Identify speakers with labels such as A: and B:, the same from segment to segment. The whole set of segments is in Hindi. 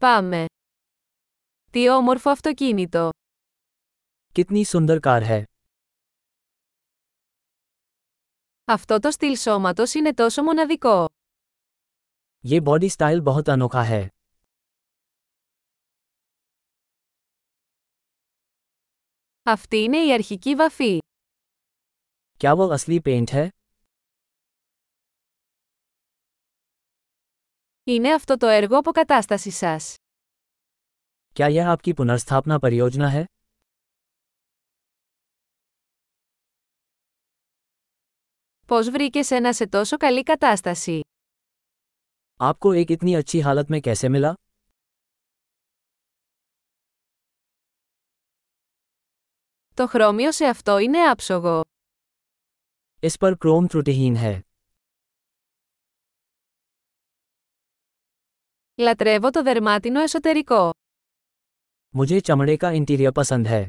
A: Πάμε. Τι όμορφο αυτοκίνητο.
B: कितनी सुंदर कार है
A: Αυτό το στυλ σώματος είναι τόσο μοναδικό.
B: ये बॉडी स्टाइल बहुत अनोखा है
A: Αυτή είναι η αρχική βαφή.
B: क्या वो असली पेंट है
A: Είναι αυτό το έργο αποκατάσταση σας.
B: क्या यह आपकी पुनर्स्थापना परियोजना है
A: Πώς βρήκες ένα σε τόσο καλή κατάσταση.
B: आपको एक इतनी अच्छी हालत में कैसे मिला
A: Το χρώμιο σε αυτό είναι άψογο.
B: इस पर क्रोम त्रुटिहीन है
A: Λατρεύω το δερμάτινο εσωτερικό.
B: मुझे चमड़े का इंटीरियर पसंद है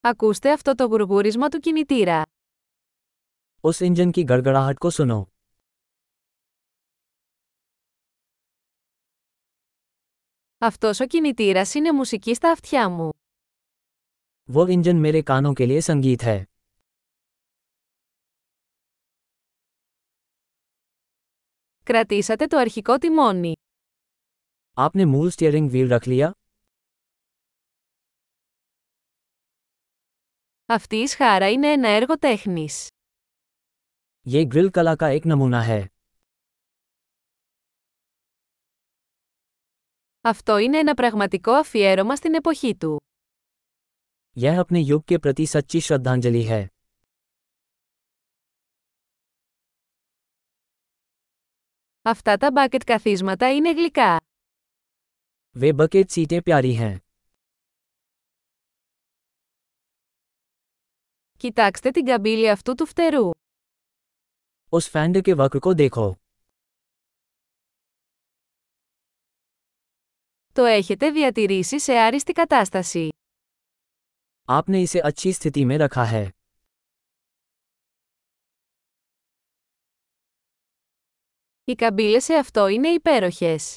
A: Ακούστε αυτό το γουργούρισμα του κινητήρα.
B: उस इंजन की गड़गड़ाहट को सुनो
A: Αυτός ο κινητήρας είναι μουσική στα αυτιά μου.
B: वो इंजन मेरे कानों के लिए संगीत है
A: Κρατήσατε το αρχικό τιμόνι.
B: आपने मूल स्टीयरिंग व्हील रख लिया
A: Αυτή η σχάρα είναι ένα έργο τέχνης.
B: ये ग्रिल कला का एक नमूना है
A: Αυτό είναι ένα πραγματικό αφιέρωμα στην εποχή του.
B: यह अपने युग के प्रति सच्ची श्रद्धांजलि है
A: Αυτά τα μπάκετ καθίσματα είναι γλυκά.
B: वे बकेट सीटें प्यारी हैं
A: Κοιτάξτε την καμπύλη αυτού του φτερού.
B: उस फैंड के वक्र को देखो
A: Το έχετε διατηρήσει σε άριστη κατάσταση.
B: आपने इसे अच्छी स्थिति में रखा है
A: Οι καμπύλες σε αυτό είναι υπέροχες.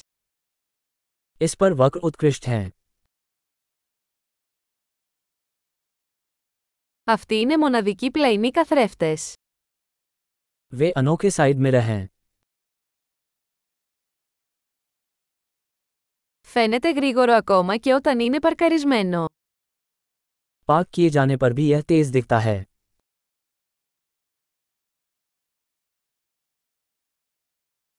B: इस पर वक्र उत्कृष्ट हैं
A: Αυτοί είναι μοναδικοί πλαϊνοί καθρέφτες.
B: वे अनोखे साइड मिरर हैं
A: Φαίνεται γρήγορο ακόμα και όταν είναι παρκαρισμένο.
B: पार्क किए जाने पर भी यह तेज दिखता है